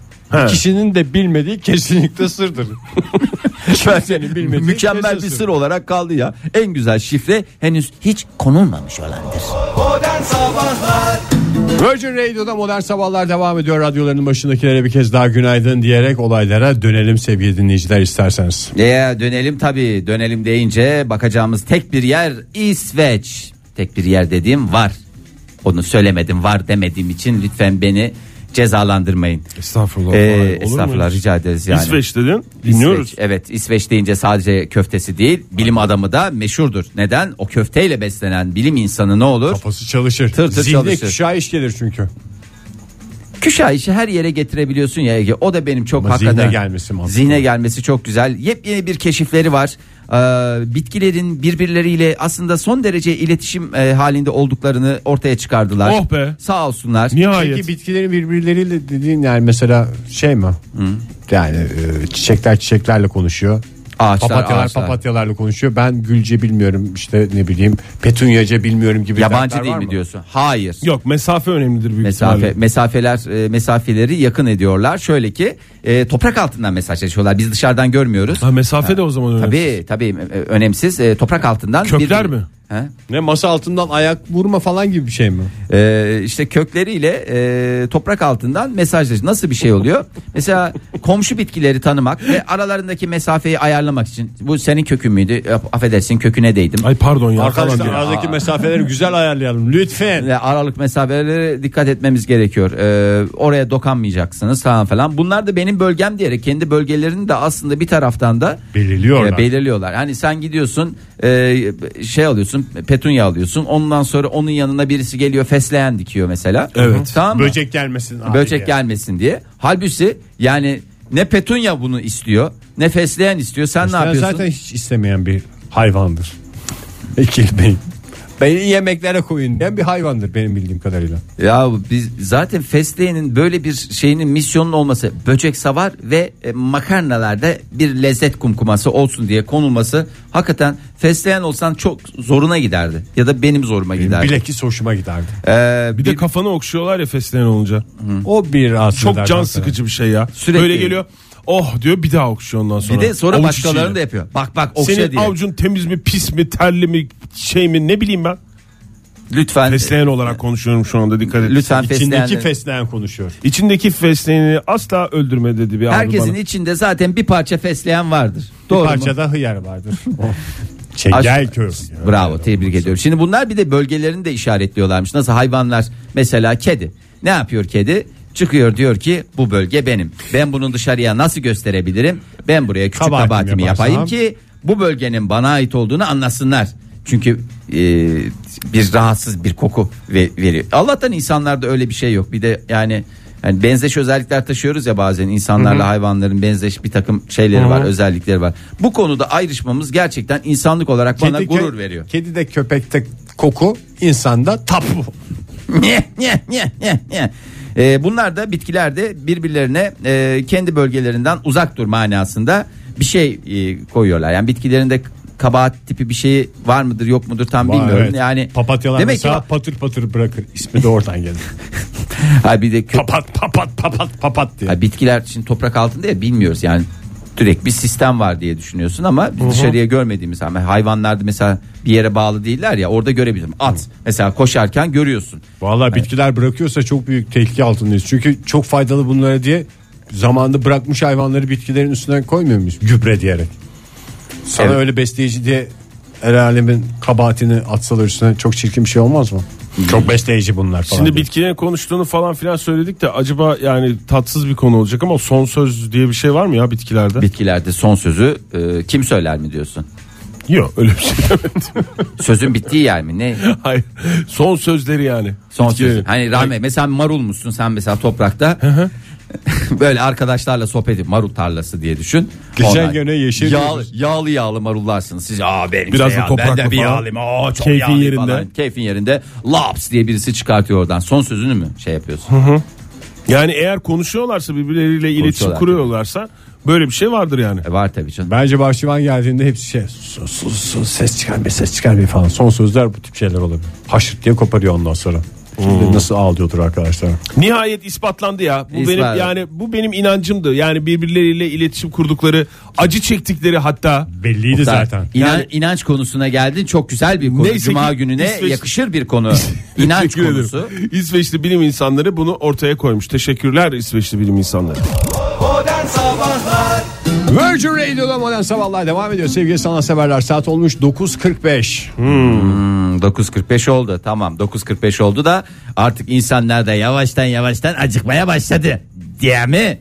Speaker 2: İki kişinin de bilmediği kesinlikle sırdır. Kimsenin bilmediği
Speaker 3: Mükemmel bir
Speaker 2: kesin
Speaker 3: sır olarak kaldı ya. En güzel şifre henüz hiç konulmamış olandır.
Speaker 2: Virgin Radio'da Modern Sabahlar devam ediyor. Radyoların başındakilere bir kez daha günaydın diyerek olaylara dönelim sevgili dinleyiciler isterseniz.
Speaker 3: Ya dönelim tabii dönelim deyince bakacağımız tek bir yer İsveç. Tek bir yer dediğim var. Onu söylemedim var demediğim için lütfen beni cezalandırmayın.
Speaker 2: Estağfurullah.
Speaker 3: Ee,
Speaker 4: olur mu?
Speaker 3: estağfurullah rica ederiz yani.
Speaker 4: İsveç dedin. Dinliyoruz.
Speaker 3: İsveç, evet İsveç deyince sadece köftesi değil bilim adamı da meşhurdur. Neden? O köfteyle beslenen bilim insanı ne olur?
Speaker 2: Kafası çalışır.
Speaker 3: Tır tır
Speaker 2: Zihni
Speaker 3: çalışır.
Speaker 2: kuşağı iş gelir çünkü.
Speaker 3: Küşa işi her yere getirebiliyorsun ya Ege. O da benim çok
Speaker 2: Ama zihne
Speaker 3: hakikaten.
Speaker 2: gelmesi mantıklı.
Speaker 3: Zihne gelmesi çok güzel. Yepyeni bir keşifleri var. Ee, bitkilerin birbirleriyle aslında son derece iletişim e, halinde olduklarını ortaya çıkardılar.
Speaker 4: Oh be.
Speaker 3: Sağ olsunlar.
Speaker 4: Nihayet.
Speaker 2: Peki bitkilerin birbirleriyle dediğin yani mesela şey mi? Yani e, çiçekler çiçeklerle konuşuyor.
Speaker 3: Ağaçlar,
Speaker 2: papatyalar
Speaker 3: ağaçlar.
Speaker 2: papatyalarla konuşuyor. Ben gülce bilmiyorum işte ne bileyim petunyaca bilmiyorum gibi. dertler
Speaker 3: Yabancı değil
Speaker 2: var
Speaker 3: mi
Speaker 2: mı?
Speaker 3: diyorsun? Hayır.
Speaker 4: Yok mesafe önemlidir büyük
Speaker 3: Mesafe,
Speaker 4: ihtimalle.
Speaker 3: mesafeler e, mesafeleri yakın ediyorlar. Şöyle ki e, toprak altından mesajlaşıyorlar. Biz dışarıdan görmüyoruz.
Speaker 4: Ha, mesafe de o zaman önemli.
Speaker 3: Tabii tabii e, önemsiz. E, toprak altından
Speaker 4: Kökler
Speaker 3: bir-
Speaker 4: mi?
Speaker 3: He?
Speaker 2: Ne masa altından ayak vurma falan gibi bir şey mi?
Speaker 3: Ee, işte kökleriyle e, toprak altından mesajlaş. Nasıl bir şey oluyor? Mesela komşu bitkileri tanımak ve aralarındaki mesafeyi ayarlamak için. Bu senin kökün müydü? Af- Affedersin köküne değdim.
Speaker 4: Ay pardon ya. falan
Speaker 2: Arkadaşlar
Speaker 4: diye.
Speaker 2: aradaki mesafeleri güzel ayarlayalım lütfen.
Speaker 3: Ve aralık mesafelere dikkat etmemiz gerekiyor. Ee, oraya dokanmayacaksınız falan falan. Bunlar da benim bölgem diyerek kendi bölgelerini de aslında bir taraftan da
Speaker 2: Belirliyorlar.
Speaker 3: e, belirliyorlar. Hani sen gidiyorsun e, şey alıyorsun petunya alıyorsun. Ondan sonra onun yanına birisi geliyor fesleğen dikiyor mesela.
Speaker 4: Evet.
Speaker 3: Tamam mı?
Speaker 2: Böcek gelmesin. abi
Speaker 3: böcek
Speaker 2: diye.
Speaker 3: gelmesin diye. Halbuki yani ne petunya bunu istiyor, ne fesleğen istiyor. Sen ne
Speaker 2: Ben
Speaker 3: yapıyorsun?
Speaker 2: zaten hiç istemeyen bir hayvandır. İkili beyin. Beni yemeklere koyun diyen bir hayvandır benim bildiğim kadarıyla.
Speaker 3: Ya biz zaten fesleğenin böyle bir şeyinin misyonun olması böcek savar ve e, makarnalarda bir lezzet kumkuması olsun diye konulması hakikaten fesleğen olsan çok zoruna giderdi ya da benim zoruma giderdi.
Speaker 2: Bilakis hoşuma giderdi.
Speaker 3: Ee,
Speaker 4: Bir de kafanı okşuyorlar ya fesleğen olunca.
Speaker 2: O bir rahatsız
Speaker 4: Çok
Speaker 2: eder
Speaker 4: can
Speaker 2: zaten.
Speaker 4: sıkıcı bir şey ya.
Speaker 3: Sürekli.
Speaker 4: Böyle geliyor. Oh diyor bir daha okşuyor ondan sonra.
Speaker 3: bir de sonra
Speaker 4: Avuç
Speaker 3: başkalarını
Speaker 4: içiyle.
Speaker 3: da yapıyor. Bak bak okşa
Speaker 4: Senin
Speaker 3: diye.
Speaker 4: avucun temiz mi pis mi terli mi şey mi ne bileyim ben.
Speaker 3: Lütfen.
Speaker 4: Fesleğen olarak konuşuyorum şu anda dikkat et.
Speaker 3: Lütfen fesleğenleri-
Speaker 2: İçindeki fesleğen konuşuyor.
Speaker 4: İçindeki fesleğeni asla öldürme dedi bir abi
Speaker 3: Herkesin
Speaker 4: bana.
Speaker 3: içinde zaten bir parça fesleğen vardır. Doğru mu?
Speaker 2: Bir parçada hıyar vardır.
Speaker 3: Aşk-
Speaker 2: Çengelköy.
Speaker 3: Bravo tebrik ediyorum. Şimdi bunlar bir de bölgelerini de işaretliyorlarmış. Nasıl hayvanlar mesela kedi. Ne yapıyor kedi? Çıkıyor diyor ki bu bölge benim. Ben bunu dışarıya nasıl gösterebilirim? Ben buraya küçük
Speaker 2: Kabahatimi
Speaker 3: kabahatimi
Speaker 2: yaparsam.
Speaker 3: yapayım ki bu bölgenin bana ait olduğunu anlasınlar. Çünkü e, bir rahatsız bir koku ve, veriyor. Allah'tan insanlarda öyle bir şey yok. Bir de yani yani benzeş özellikler taşıyoruz ya bazen insanlarla hayvanların benzeş bir takım şeyleri var, özellikleri var. Bu konuda ayrışmamız gerçekten insanlık olarak bana
Speaker 2: Kedi-
Speaker 3: gurur veriyor.
Speaker 2: Kedi de köpekte koku, insanda tapu.
Speaker 3: Nye, nye, nye, nye, nye. Ee, bunlar da bitkilerde birbirlerine e, kendi bölgelerinden uzak dur manasında bir şey e, koyuyorlar. Yani bitkilerinde kabahat tipi bir şey var mıdır yok mudur tam bilmiyorum.
Speaker 2: Evet.
Speaker 3: Yani
Speaker 2: Papatyalar
Speaker 3: demek
Speaker 2: mesela
Speaker 3: ki
Speaker 2: patır patır bırakır. İsmi de oradan gelir.
Speaker 3: ha, bir de kö-
Speaker 2: papat papat papat papat diye.
Speaker 3: ha, bitkiler için toprak altında ya bilmiyoruz yani direkt bir sistem var diye düşünüyorsun ama biz dışarıya görmediğimiz ama hayvanlarda mesela bir yere bağlı değiller ya orada görebilirim. At mesela koşarken görüyorsun.
Speaker 2: Vallahi bitkiler bırakıyorsa çok büyük tehlike altındayız. Çünkü çok faydalı bunlara diye zamanında bırakmış hayvanları bitkilerin üstünden koymuyor muyuz? Gübre diyerek. Sana
Speaker 3: Evet.
Speaker 2: öyle besleyici diye el alemin kabahatini atsalar üstüne çok çirkin bir şey olmaz mı? Hmm. Çok besleyici bunlar falan.
Speaker 4: Şimdi
Speaker 2: diye.
Speaker 4: bitkilerin konuştuğunu falan filan söyledik de acaba yani tatsız bir konu olacak ama son söz diye bir şey var mı ya bitkilerde?
Speaker 3: Bitkilerde son sözü e, kim söyler mi diyorsun?
Speaker 4: Yok öyle bir şey demedim.
Speaker 3: Sözün bittiği yer mi? Ne?
Speaker 4: Hayır. Son sözleri yani.
Speaker 3: Son
Speaker 4: Bitkilerin.
Speaker 3: sözü. Hani rahmet mesela marul musun sen mesela toprakta. Böyle arkadaşlarla sohbet edip marul tarlası diye düşün.
Speaker 2: Geçen
Speaker 3: Ondan-
Speaker 2: gene yeşil
Speaker 3: yağlı,
Speaker 2: diyoruz.
Speaker 3: yağlı yağlı marullarsınız. Siz aa benim
Speaker 4: Biraz
Speaker 3: şey ya,
Speaker 4: da
Speaker 3: ben
Speaker 4: topraklı
Speaker 3: de bir
Speaker 4: falan.
Speaker 3: yağlıyım. Aa, çok
Speaker 4: Keyfin
Speaker 3: yağlıyım
Speaker 4: yerinde.
Speaker 3: Falan. Keyfin yerinde. Laps diye birisi çıkartıyor oradan. Son sözünü mü şey yapıyorsun?
Speaker 4: Yani eğer konuşuyorlarsa birbirleriyle iletişim
Speaker 3: Konuşuyorlar.
Speaker 4: kuruyorlarsa böyle bir şey vardır yani.
Speaker 3: E, var tabii canım.
Speaker 2: Bence bahçıvan geldiğinde hepsi şey sus, sus, sus, ses çıkarmayın ses çıkarmayın falan. Son sözler bu tip şeyler olabilir. Haşırt diye koparıyor ondan sonra. Kim bilir Nasıl ağlıyordur arkadaşlar.
Speaker 4: Nihayet ispatlandı ya. Bu
Speaker 3: İspatlandı.
Speaker 4: benim yani bu benim inancımdı. Yani birbirleriyle iletişim kurdukları, acı çektikleri hatta
Speaker 2: Belliydi zaten.
Speaker 3: İnan,
Speaker 4: Yani-
Speaker 3: inanç konusuna geldin çok güzel bir konu.
Speaker 4: Neyse ki
Speaker 3: Cuma gününe
Speaker 4: İsveç-
Speaker 3: yakışır bir konu. İnanç
Speaker 4: Teşekkür ederim.
Speaker 3: konusu.
Speaker 4: İsveçli bilim insanları bunu ortaya koymuş. Teşekkürler İsveçli bilim insanları.
Speaker 2: Virgin Radio'da modern sabahlar devam ediyor. Sevgili sanatseverler saat olmuş 9.45.
Speaker 3: 9.45 oldu tamam 9.45 oldu da artık insanlar da yavaştan yavaştan acıkmaya başladı diye mi?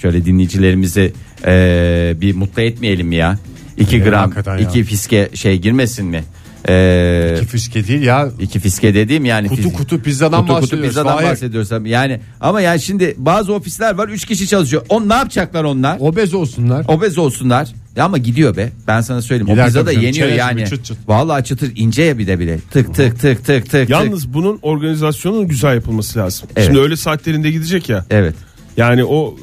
Speaker 3: Şöyle dinleyicilerimizi eee, bir mutlu etmeyelim ya. 2 gram
Speaker 2: hakikaten ya.
Speaker 3: 2 fiske şey girmesin mi? Eee
Speaker 2: Fiske değil ya.
Speaker 3: 2 fiske dediğim yani
Speaker 2: Kutu
Speaker 3: fiz-
Speaker 2: kutu pizzadan
Speaker 3: kutu kutu
Speaker 2: bahsediyoruz.
Speaker 3: pizzadan
Speaker 2: Fahir.
Speaker 3: bahsediyoruz tabii. yani ama yani şimdi bazı ofisler var 3 kişi çalışıyor on ne yapacaklar onlar
Speaker 2: Obez olsunlar.
Speaker 3: Obez olsunlar. Ya ama gidiyor be. Ben sana söyleyeyim.
Speaker 2: Gider
Speaker 3: o pizza
Speaker 2: tabii
Speaker 3: da
Speaker 2: canım.
Speaker 3: yeniyor
Speaker 2: Çerez
Speaker 3: yani.
Speaker 2: gibi çıt çıt.
Speaker 3: Vallahi çıtır ince ya bir de bile. Tık tık tık tık tık. tık.
Speaker 4: Yalnız bunun organizasyonunun güzel yapılması lazım.
Speaker 3: Evet.
Speaker 4: Şimdi öyle saatlerinde gidecek ya.
Speaker 3: Evet.
Speaker 4: Yani o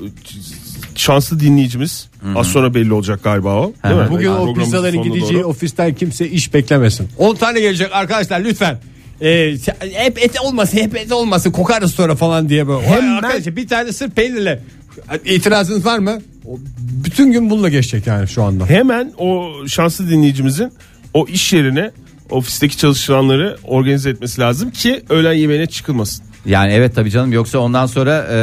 Speaker 4: şanslı dinleyicimiz az sonra belli olacak galiba o. Değil mi?
Speaker 2: Bugün o
Speaker 4: Programımızın
Speaker 2: pizzaların
Speaker 4: sonuna
Speaker 2: gideceği
Speaker 4: doğru.
Speaker 2: ofisten kimse iş beklemesin. 10 tane gelecek arkadaşlar lütfen. Ee, hep et olmasın hep et olmasın kokarız sonra falan diye böyle. Hemen... Arkadaşlar bir tane sırf peynirle. İtirazınız var mı? O, bütün gün bununla geçecek yani şu anda.
Speaker 4: Hemen o şanslı dinleyicimizin o iş yerine ofisteki çalışanları organize etmesi lazım ki öğlen yemeğine çıkılmasın.
Speaker 3: Yani evet tabii canım yoksa ondan sonra e,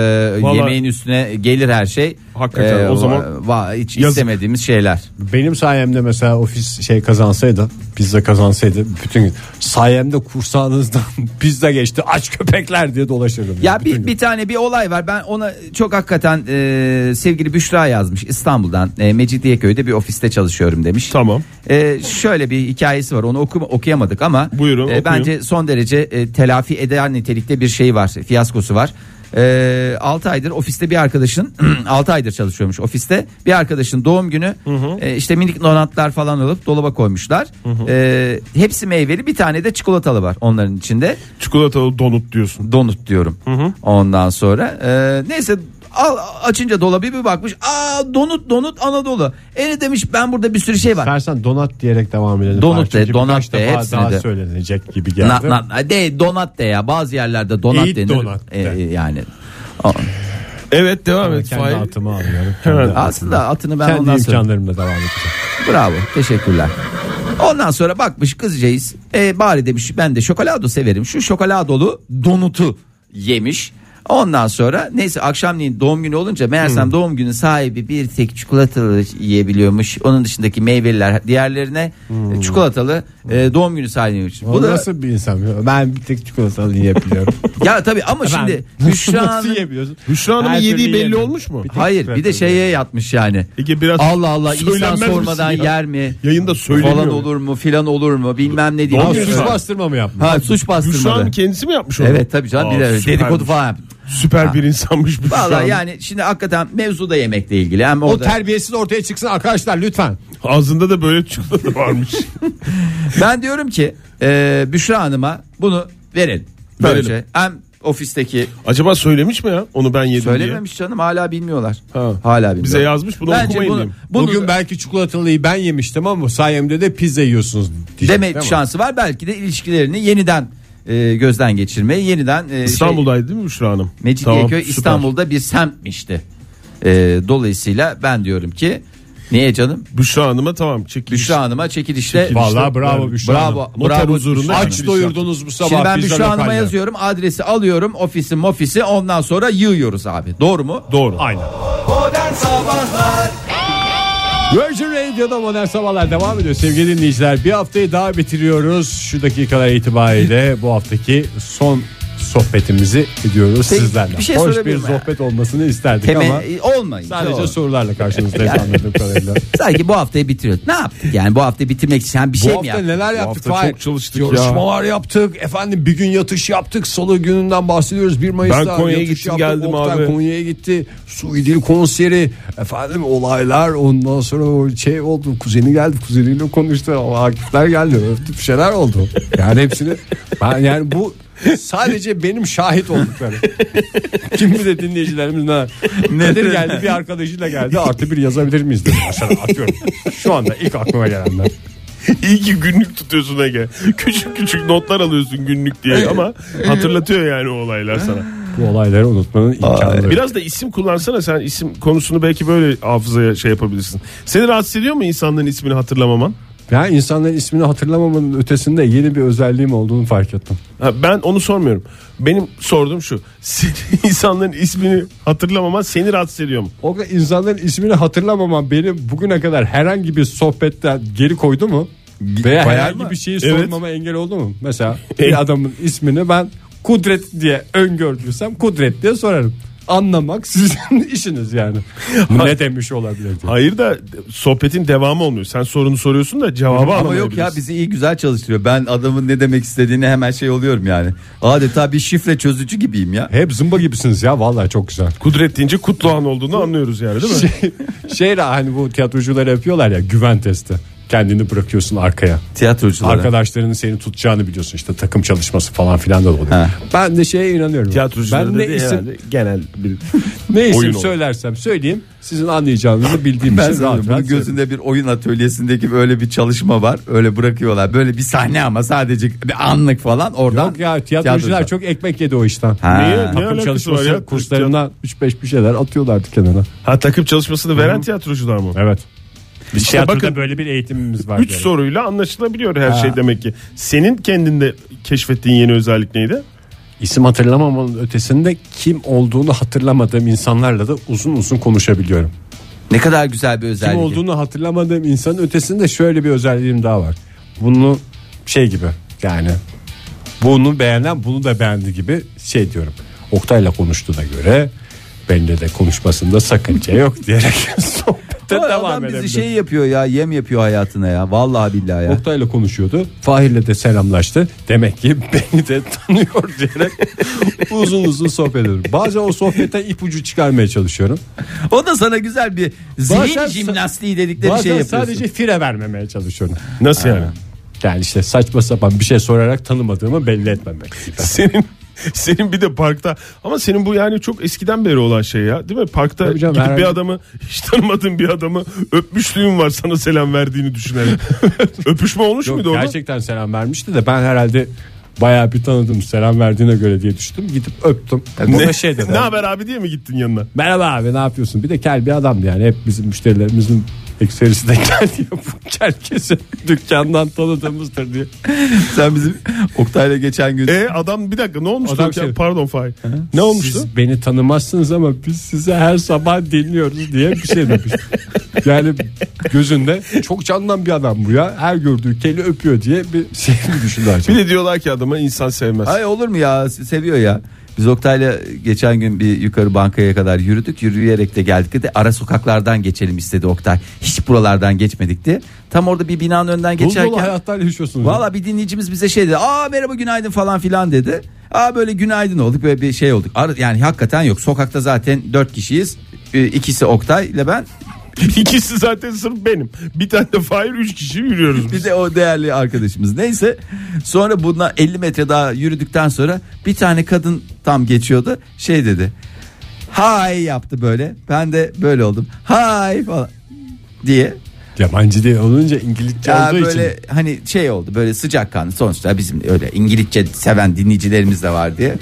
Speaker 4: Vallahi-
Speaker 3: yemeğin üstüne gelir her şey.
Speaker 4: Hakikaten o
Speaker 3: va-
Speaker 4: zaman
Speaker 3: va- hiç
Speaker 4: yazık.
Speaker 3: istemediğimiz şeyler.
Speaker 2: Benim sayemde mesela ofis şey kazansaydı pizza kazansaydı bütün gün sayemde kursağınızdan pizza geçti aç köpekler diye dolaşırdım.
Speaker 3: Ya
Speaker 2: bütün
Speaker 3: bir,
Speaker 2: gün.
Speaker 3: bir tane bir olay var. Ben ona çok hakikaten e, sevgili Büşra yazmış İstanbul'dan. E, Mecidiyeköy'de bir ofiste çalışıyorum demiş.
Speaker 4: Tamam.
Speaker 3: E, şöyle bir hikayesi var. Onu okuma, okuyamadık ama
Speaker 4: Buyurun, okuyun.
Speaker 3: e, bence son derece e, telafi eder nitelikte bir şey var. Fiyaskosu var. e, 6 aydır ofiste bir arkadaşın 6 aydır çalışıyormuş ofiste bir arkadaşın doğum günü e, işte minik donatlar falan alıp dolaba koymuşlar. E, hepsi meyveli bir tane de çikolatalı var onların içinde.
Speaker 4: Çikolatalı donut diyorsun.
Speaker 3: Donut diyorum. Ondan sonra e, neyse al açınca dolabı bir bakmış. Aa donut donut Anadolu. E demiş ben burada bir sürü şey var.
Speaker 2: İstersen donat diyerek devam edelim.
Speaker 3: Donut
Speaker 2: Fahir.
Speaker 3: de,
Speaker 2: Çünkü
Speaker 3: donat
Speaker 2: birkaç
Speaker 3: de,
Speaker 2: defa
Speaker 3: hepsini
Speaker 2: daha
Speaker 3: de.
Speaker 2: söylenecek gibi geldi.
Speaker 3: Na, na- de donat de ya bazı yerlerde donat
Speaker 2: Eat
Speaker 3: denir.
Speaker 2: donut de.
Speaker 3: E, e, yani A-
Speaker 4: Evet devam
Speaker 2: Ben
Speaker 4: et.
Speaker 2: kendi
Speaker 4: Fahir.
Speaker 2: atımı alıyorum. Kendi,
Speaker 3: aslında atını ben
Speaker 2: kendi
Speaker 3: ondan sonra
Speaker 2: imkanlarımla devam edeceğim.
Speaker 3: bravo teşekkürler. Ondan sonra bakmış kızcağız e, bari demiş ben de şokolado severim şu şokoladolu donutu yemiş. Ondan sonra neyse akşamleyin doğum günü olunca meğersem
Speaker 4: Hmm.
Speaker 3: doğum günü sahibi bir tek çikolatalı yiyebiliyormuş. Onun dışındaki meyveliler diğerlerine
Speaker 4: Hmm.
Speaker 3: e, çikolatalı e, doğum günü sahibiymiş.
Speaker 2: Bu nasıl bir insan? Ben bir tek çikolatalı yiyebiliyorum.
Speaker 3: Ya tabii ama şimdi
Speaker 2: Nasıl
Speaker 3: Büşra'nın
Speaker 2: yiyebiliyorsun?
Speaker 4: Hüsnü Hanım'ın
Speaker 2: Her türlü
Speaker 4: yediği belli
Speaker 2: yiyebilirim.
Speaker 4: olmuş mu?
Speaker 3: Hayır bir de şey- şeye yatmış yani.
Speaker 4: Ege biraz
Speaker 3: Allah Allah insan
Speaker 4: söylenmez misin
Speaker 3: sormadan
Speaker 4: ya?
Speaker 3: yer mi?
Speaker 4: Yayında söylemiyor.
Speaker 3: Falan olur mu filan olur mu bilmem ne diye.
Speaker 2: Ha,
Speaker 4: Doğru.
Speaker 2: suç
Speaker 4: Hüsnü-
Speaker 2: bastırma mı yapmış?
Speaker 3: Ha, suç
Speaker 4: Hüsnü
Speaker 3: bastırmadı.
Speaker 4: Hanım kendisi mi yapmış onu?
Speaker 3: Evet tabii canım
Speaker 4: Aa,
Speaker 3: bir de
Speaker 4: süpermiş.
Speaker 3: dedikodu falan. yapmış.
Speaker 4: Süper bir insanmış bu
Speaker 3: Valla
Speaker 4: Vallahi yani.
Speaker 3: yani şimdi hakikaten mevzu da yemekle ilgili. Hem
Speaker 2: O
Speaker 3: orada,
Speaker 2: terbiyesiz ortaya çıksın arkadaşlar lütfen.
Speaker 4: Ağzında da böyle çikolata varmış.
Speaker 3: ben diyorum ki e, Büşra Hanım'a bunu verin. Böylece
Speaker 4: Verelim.
Speaker 3: hem ofisteki
Speaker 4: Acaba söylemiş mi ya? Onu ben yedim
Speaker 3: söylememiş canım hala bilmiyorlar.
Speaker 4: Ha.
Speaker 3: Hala bilmiyorlar.
Speaker 4: Bize yazmış, bunu okumayın diyeyim.
Speaker 3: bunu- şey-
Speaker 2: Bugün belki çikolatalıyı ben yemiştim ama sayemde de pizza yiyorsunuz. diyecek,
Speaker 3: deme
Speaker 2: değil mi?
Speaker 3: şansı var. Belki de ilişkilerini yeniden e, gözden geçirmeyi yeniden e, şey-
Speaker 4: diye. İstanbul'daydı değil mi Büşra Hanım?
Speaker 3: Mecidiyeköy
Speaker 4: süper.
Speaker 3: İstanbul'da bir semtmişti. E, dolayısıyla ben diyorum ki niye canım?
Speaker 4: Büşra Hanım'a tamam çekiliş.
Speaker 3: Büşra Hanım'a çekilişte
Speaker 4: Çekiliş.
Speaker 2: Vallahi bravo
Speaker 4: Bravo,
Speaker 2: Büşra Hanım.
Speaker 3: bravo
Speaker 4: Noter
Speaker 3: bravo
Speaker 4: huzurunda
Speaker 3: Büşra Hanım.
Speaker 2: Aç doyurdunuz bu sabah.
Speaker 3: Şimdi ben
Speaker 2: pizza
Speaker 3: Büşra Hanım'a
Speaker 2: lokalleri.
Speaker 3: yazıyorum adresi alıyorum ofisi mofisi ondan sonra yığıyoruz abi doğru mu?
Speaker 4: Doğru.
Speaker 2: Aynen. Virgin Radio'da Modern Sabahlar devam ediyor sevgili dinleyiciler. Bir haftayı daha bitiriyoruz. Şu dakikalar itibariyle bu haftaki son sohbetimizi ediyoruz
Speaker 3: Peki,
Speaker 2: sizlerle.
Speaker 3: bir şey
Speaker 2: Hoş
Speaker 3: sorabilir
Speaker 2: bir
Speaker 3: miyim ya?
Speaker 2: sohbet olmasını isterdik
Speaker 3: Teme
Speaker 2: ama
Speaker 3: E, olmayın.
Speaker 2: sadece
Speaker 3: Doğru.
Speaker 2: sorularla karşınızdayız anladığım kadarıyla.
Speaker 3: Sanki bu haftayı bitiriyoruz. Ne yaptık yani bu haftayı bitirmek için yani bir
Speaker 2: Bu
Speaker 3: şey mi
Speaker 2: hafta
Speaker 3: yaptık?
Speaker 2: neler yaptık?
Speaker 4: hafta
Speaker 2: Fahir?
Speaker 4: çok çalıştık ya.
Speaker 2: Yarışmalar yaptık. Efendim bir gün yatış yaptık. Salı gününden bahsediyoruz. 1 Mayıs'ta
Speaker 4: Ben Konya'ya
Speaker 2: yatış
Speaker 4: gittim,
Speaker 2: yaptık.
Speaker 4: geldim
Speaker 2: Oktay
Speaker 4: abi.
Speaker 2: Konya'ya gitti. Suidil konseri. Efendim olaylar. Ondan sonra o şey oldu. Kuzeni geldi. Kuzeniyle konuştu. Ama Akifler geldi. Öftü bir şeyler oldu. Yani hepsini. Ben yani bu sadece benim şahit olduklarım. Kim bilir dinleyicilerimiz ne? Nedir geldi bir arkadaşıyla geldi. Artı bir yazabilir miyiz dedim. Mesela atıyorum. Şu anda ilk aklıma gelenler.
Speaker 4: İyi ki günlük tutuyorsun Ege. Küçük küçük notlar alıyorsun günlük diye ama hatırlatıyor yani o olaylar sana.
Speaker 2: Bu olayları unutmanın imkanı yok.
Speaker 4: Biraz da isim kullansana sen isim konusunu belki böyle hafızaya şey yapabilirsin. Seni rahatsız ediyor mu insanların ismini hatırlamaman?
Speaker 2: Ben insanların ismini hatırlamamanın ötesinde yeni bir özelliğim olduğunu fark ettim.
Speaker 4: Ha, ben onu sormuyorum. Benim sorduğum şu. Seni, insanların ismini hatırlamaman seni rahatsız ediyor mu?
Speaker 2: O da insanların ismini hatırlamamam beni bugüne kadar herhangi bir sohbetten geri koydu mu? Veya
Speaker 4: Bayağı
Speaker 2: herhangi
Speaker 4: mı?
Speaker 2: bir şeyi
Speaker 4: Evet.
Speaker 2: sormama engel oldu mu? Mesela bir adamın ismini ben Kudret diye öngördüysem Kudret diye sorarım. Anlamak sizin işiniz yani. ne demiş olabilir diye.
Speaker 4: Hayır da sohbetin devamı olmuyor. Sen sorunu soruyorsun da cevabı
Speaker 3: Ama yok ya bizi iyi güzel çalıştırıyor. Ben adamın ne demek istediğini hemen şey oluyorum yani. Adeta bir şifre çözücü gibiyim ya.
Speaker 2: Hep zımba gibisiniz ya vallahi çok güzel.
Speaker 4: Kudret deyince Kutluhan olduğunu anlıyoruz yani değil mi?
Speaker 2: Şey, şey hani bu tiyatrocular yapıyorlar ya güven testi. Kendini bırakıyorsun arkaya.
Speaker 3: Tiyatroculara.
Speaker 2: Arkadaşlarının seni tutacağını biliyorsun işte takım çalışması falan filan da oluyor.
Speaker 3: He.
Speaker 2: Ben de şeye inanıyorum.
Speaker 4: Tiyatrocuların
Speaker 2: ben ne
Speaker 4: dediği
Speaker 2: isim,
Speaker 4: herhalde genel bir
Speaker 2: ne
Speaker 4: oyun
Speaker 2: isim
Speaker 4: olur.
Speaker 2: söylersem söyleyeyim sizin anlayacağınızı bildiğim
Speaker 3: Ben
Speaker 2: için rahat
Speaker 3: sanıyorum bunun
Speaker 2: rahat
Speaker 3: gözünde bir oyun atölyesindeki böyle bir çalışma var. Öyle bırakıyorlar. Böyle bir sahne ama sadece bir anlık falan oradan.
Speaker 2: Yok ya tiyatrocular çok ekmek yedi o işten.
Speaker 3: Ha.
Speaker 4: Niye? Ne
Speaker 2: Takım
Speaker 4: alakası
Speaker 2: çalışması
Speaker 4: var ya?
Speaker 2: kurslarından 3-5 bir şeyler atıyorlardı kenara.
Speaker 4: Ha takım çalışmasını veren tiyatrocular mı?
Speaker 2: Evet. Biz
Speaker 4: İşte
Speaker 2: tiyatroda
Speaker 4: bakın,
Speaker 2: böyle bir eğitimimiz var.
Speaker 4: 3
Speaker 2: yani.
Speaker 4: soruyla anlaşılabiliyor her şey demek ki. Senin kendinde keşfettiğin yeni özellik neydi?
Speaker 2: İsim hatırlamamanın ötesinde kim olduğunu hatırlamadığım insanlarla da uzun uzun konuşabiliyorum.
Speaker 3: Ne kadar güzel bir
Speaker 2: kim
Speaker 3: özellik.
Speaker 2: olduğunu hatırlamadığım insanın ötesinde şöyle bir özelliğim daha var. Bunu şey gibi yani bunu beğenen bunu da beğendi gibi şey diyorum. Oktay'la konuştuğuna göre benimle de konuşmasında sakınca yok diyerek sohbet şiddetle devam
Speaker 3: Adam
Speaker 2: edebilir.
Speaker 3: bizi şey yapıyor ya yem yapıyor hayatına ya. Vallahi billahi ya.
Speaker 2: Oktay'la konuşuyordu. Fahir'le de selamlaştı. Demek ki beni de tanıyor diyerek uzun uzun sohbet ediyorum. Bazen o sohbetten ipucu çıkarmaya çalışıyorum.
Speaker 3: O da sana güzel bir zihin
Speaker 2: Bazen sa-
Speaker 3: jimnastiği dedikleri
Speaker 2: Bazen
Speaker 3: şey yapıyorsun.
Speaker 2: sadece fire vermemeye çalışıyorum.
Speaker 4: Nasıl yani?
Speaker 2: Yani işte saçma sapan bir şey sorarak tanımadığımı belli etmemek.
Speaker 4: Senin senin bir de parkta ama senin bu yani çok eskiden beri olan şey ya değil mi? Parkta
Speaker 2: Tabii canım,
Speaker 4: gidip
Speaker 2: herhangi-
Speaker 4: bir adamı hiç tanımadığın bir adamı öpmüşlüğün var sana selam verdiğini düşünerek. Öpüşme olmuş
Speaker 2: Yok,
Speaker 4: muydu orada?
Speaker 2: gerçekten selam vermişti de ben herhalde bayağı bir tanıdım selam verdiğine göre diye düştüm. Gidip öptüm. Buna
Speaker 4: Ne,
Speaker 2: şey dedi.
Speaker 4: ne haber abi diye mi gittin yanına?
Speaker 2: Merhaba abi ne yapıyorsun? Bir de kel bir adamdı yani. Hep bizim müşterilerimizin ekserisi de geldi. Bu kel kesin dükkandan tanıdığımızdır diye.
Speaker 3: Sen bizim Oktay'la geçen gün
Speaker 4: E adam bir dakika ne olmuştu?
Speaker 2: Adam
Speaker 4: o
Speaker 2: şey-
Speaker 4: ya? Pardon Fahir. Ne olmuştu?
Speaker 2: Siz beni tanımazsınız ama biz size her sabah dinliyoruz diye bir şey demiş. yani gözünde çok candan bir adam bu ya. Her gördüğü keli öpüyor diye bir şey mi düşündü acaba?
Speaker 4: Bir de diyorlar ki adama insan sevmez.
Speaker 3: Ay olur mu ya Se- seviyor ya. Biz Oktay'la geçen gün bir yukarı bankaya kadar yürüdük. Yürüyerek de geldik de ara sokaklardan geçelim istedi Oktay. Hiç buralardan geçmedik diye. Tam orada bir binanın önünden
Speaker 2: Dolu dolu
Speaker 3: geçerken
Speaker 2: hayatlar yaşıyorsunuz.
Speaker 3: Valla bir dinleyicimiz bize şey dedi. Aa merhaba günaydın falan filan dedi. Aa böyle günaydın olduk böyle bir şey olduk. Ar- Yani hakikaten yok. Sokakta zaten dört kişiyiz. Ee, İkisi Oktay ile ben.
Speaker 4: İkisi zaten sırf benim. Bir tane de Fahir üç kişi yürüyoruz
Speaker 3: Bir
Speaker 4: biz.
Speaker 3: de o değerli arkadaşımız. Neyse sonra bundan 50 metre daha yürüdükten sonra bir tane kadın tam geçiyordu. Şey dedi. Hay yaptı böyle. Ben de böyle oldum. Hay falan diye.
Speaker 2: Yabancı değil olunca İngilizce
Speaker 3: Ya
Speaker 2: olduğu
Speaker 3: böyle
Speaker 2: için.
Speaker 3: hani şey oldu böyle sıcak kanlı sonuçta bizim öyle İngilizce seven dinleyicilerimiz de var diye.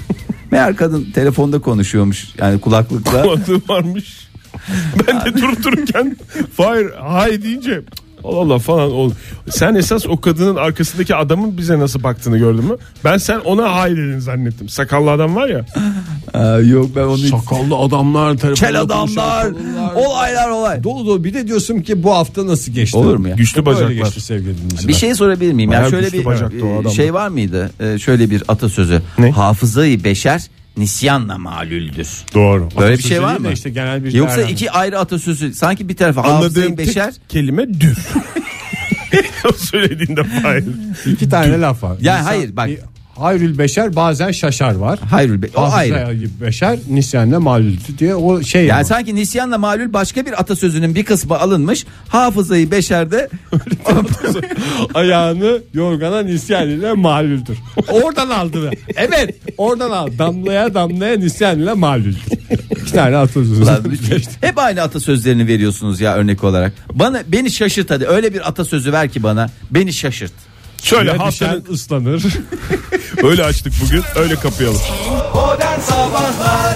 Speaker 3: Meğer kadın telefonda konuşuyormuş yani kulaklıkla.
Speaker 4: Kulaklığı varmış. Ben de durup dururken Fahir hay deyince Allah Allah falan oldu. Sen esas o kadının arkasındaki adamın bize nasıl baktığını gördün mü? Ben sen ona hay dedin zannettim. Sakallı adam var ya.
Speaker 3: Aa, yok ben onu hiç-
Speaker 2: Sakallı adamlar tarafından.
Speaker 3: Kel adamlar olaylar olay.
Speaker 2: Dolu dolu bir de diyorsun ki bu hafta nasıl geçti?
Speaker 3: Olur mu ya?
Speaker 4: Güçlü
Speaker 2: Böyle
Speaker 4: bacaklar.
Speaker 2: geçti sevgili dinleyiciler.
Speaker 3: Bir şey sorabilir miyim? Yani
Speaker 4: Bayağı
Speaker 3: şöyle
Speaker 4: güçlü
Speaker 3: bir
Speaker 4: bacaklı o
Speaker 3: e,
Speaker 4: adam.
Speaker 3: şey var mıydı? E, Şöyle bir atasözü.
Speaker 4: Ne?
Speaker 3: Hafızayı beşer nisyanla malüldür.
Speaker 4: Doğru.
Speaker 3: Böyle bir
Speaker 2: Atasözü
Speaker 3: şey var
Speaker 2: değil de
Speaker 3: mı?
Speaker 2: işte genel bir
Speaker 3: Yoksa
Speaker 2: değerlendirme.
Speaker 3: iki ayrı atasözü sanki bir tarafa
Speaker 4: Anladığım
Speaker 3: hafızayı
Speaker 4: tek
Speaker 3: beşer
Speaker 4: kelime dür. o söylediğinde Fahir.
Speaker 2: İki tane laf var.
Speaker 3: Yani hayır, bak.
Speaker 2: bir- Hayrül beşer bazen şaşar var.
Speaker 3: Hayrül Bey o
Speaker 2: Hafızayı
Speaker 3: ayrı.
Speaker 2: Beşer nisyanla malüldü diye o şey
Speaker 3: Yani
Speaker 2: ama.
Speaker 3: sanki nisyanla malül başka bir atasözünün bir kısmı alınmış. Hafızayı beşerde
Speaker 2: ayağını yorgana nisyan ile malüldür. Oradan aldı. Evet oradan aldı. Damlaya damlaya nisyan ile malüldür. İki tane atasözü.
Speaker 3: hep aynı atasözlerini veriyorsunuz ya örnek olarak. Bana beni şaşırt hadi. Öyle bir atasözü ver ki bana. Beni şaşırt.
Speaker 4: Şöyle
Speaker 2: Ya düşen
Speaker 4: haftanın
Speaker 2: ıslanır.
Speaker 4: öyle açtık bugün öyle kapayalım.
Speaker 3: Modern Sabahlar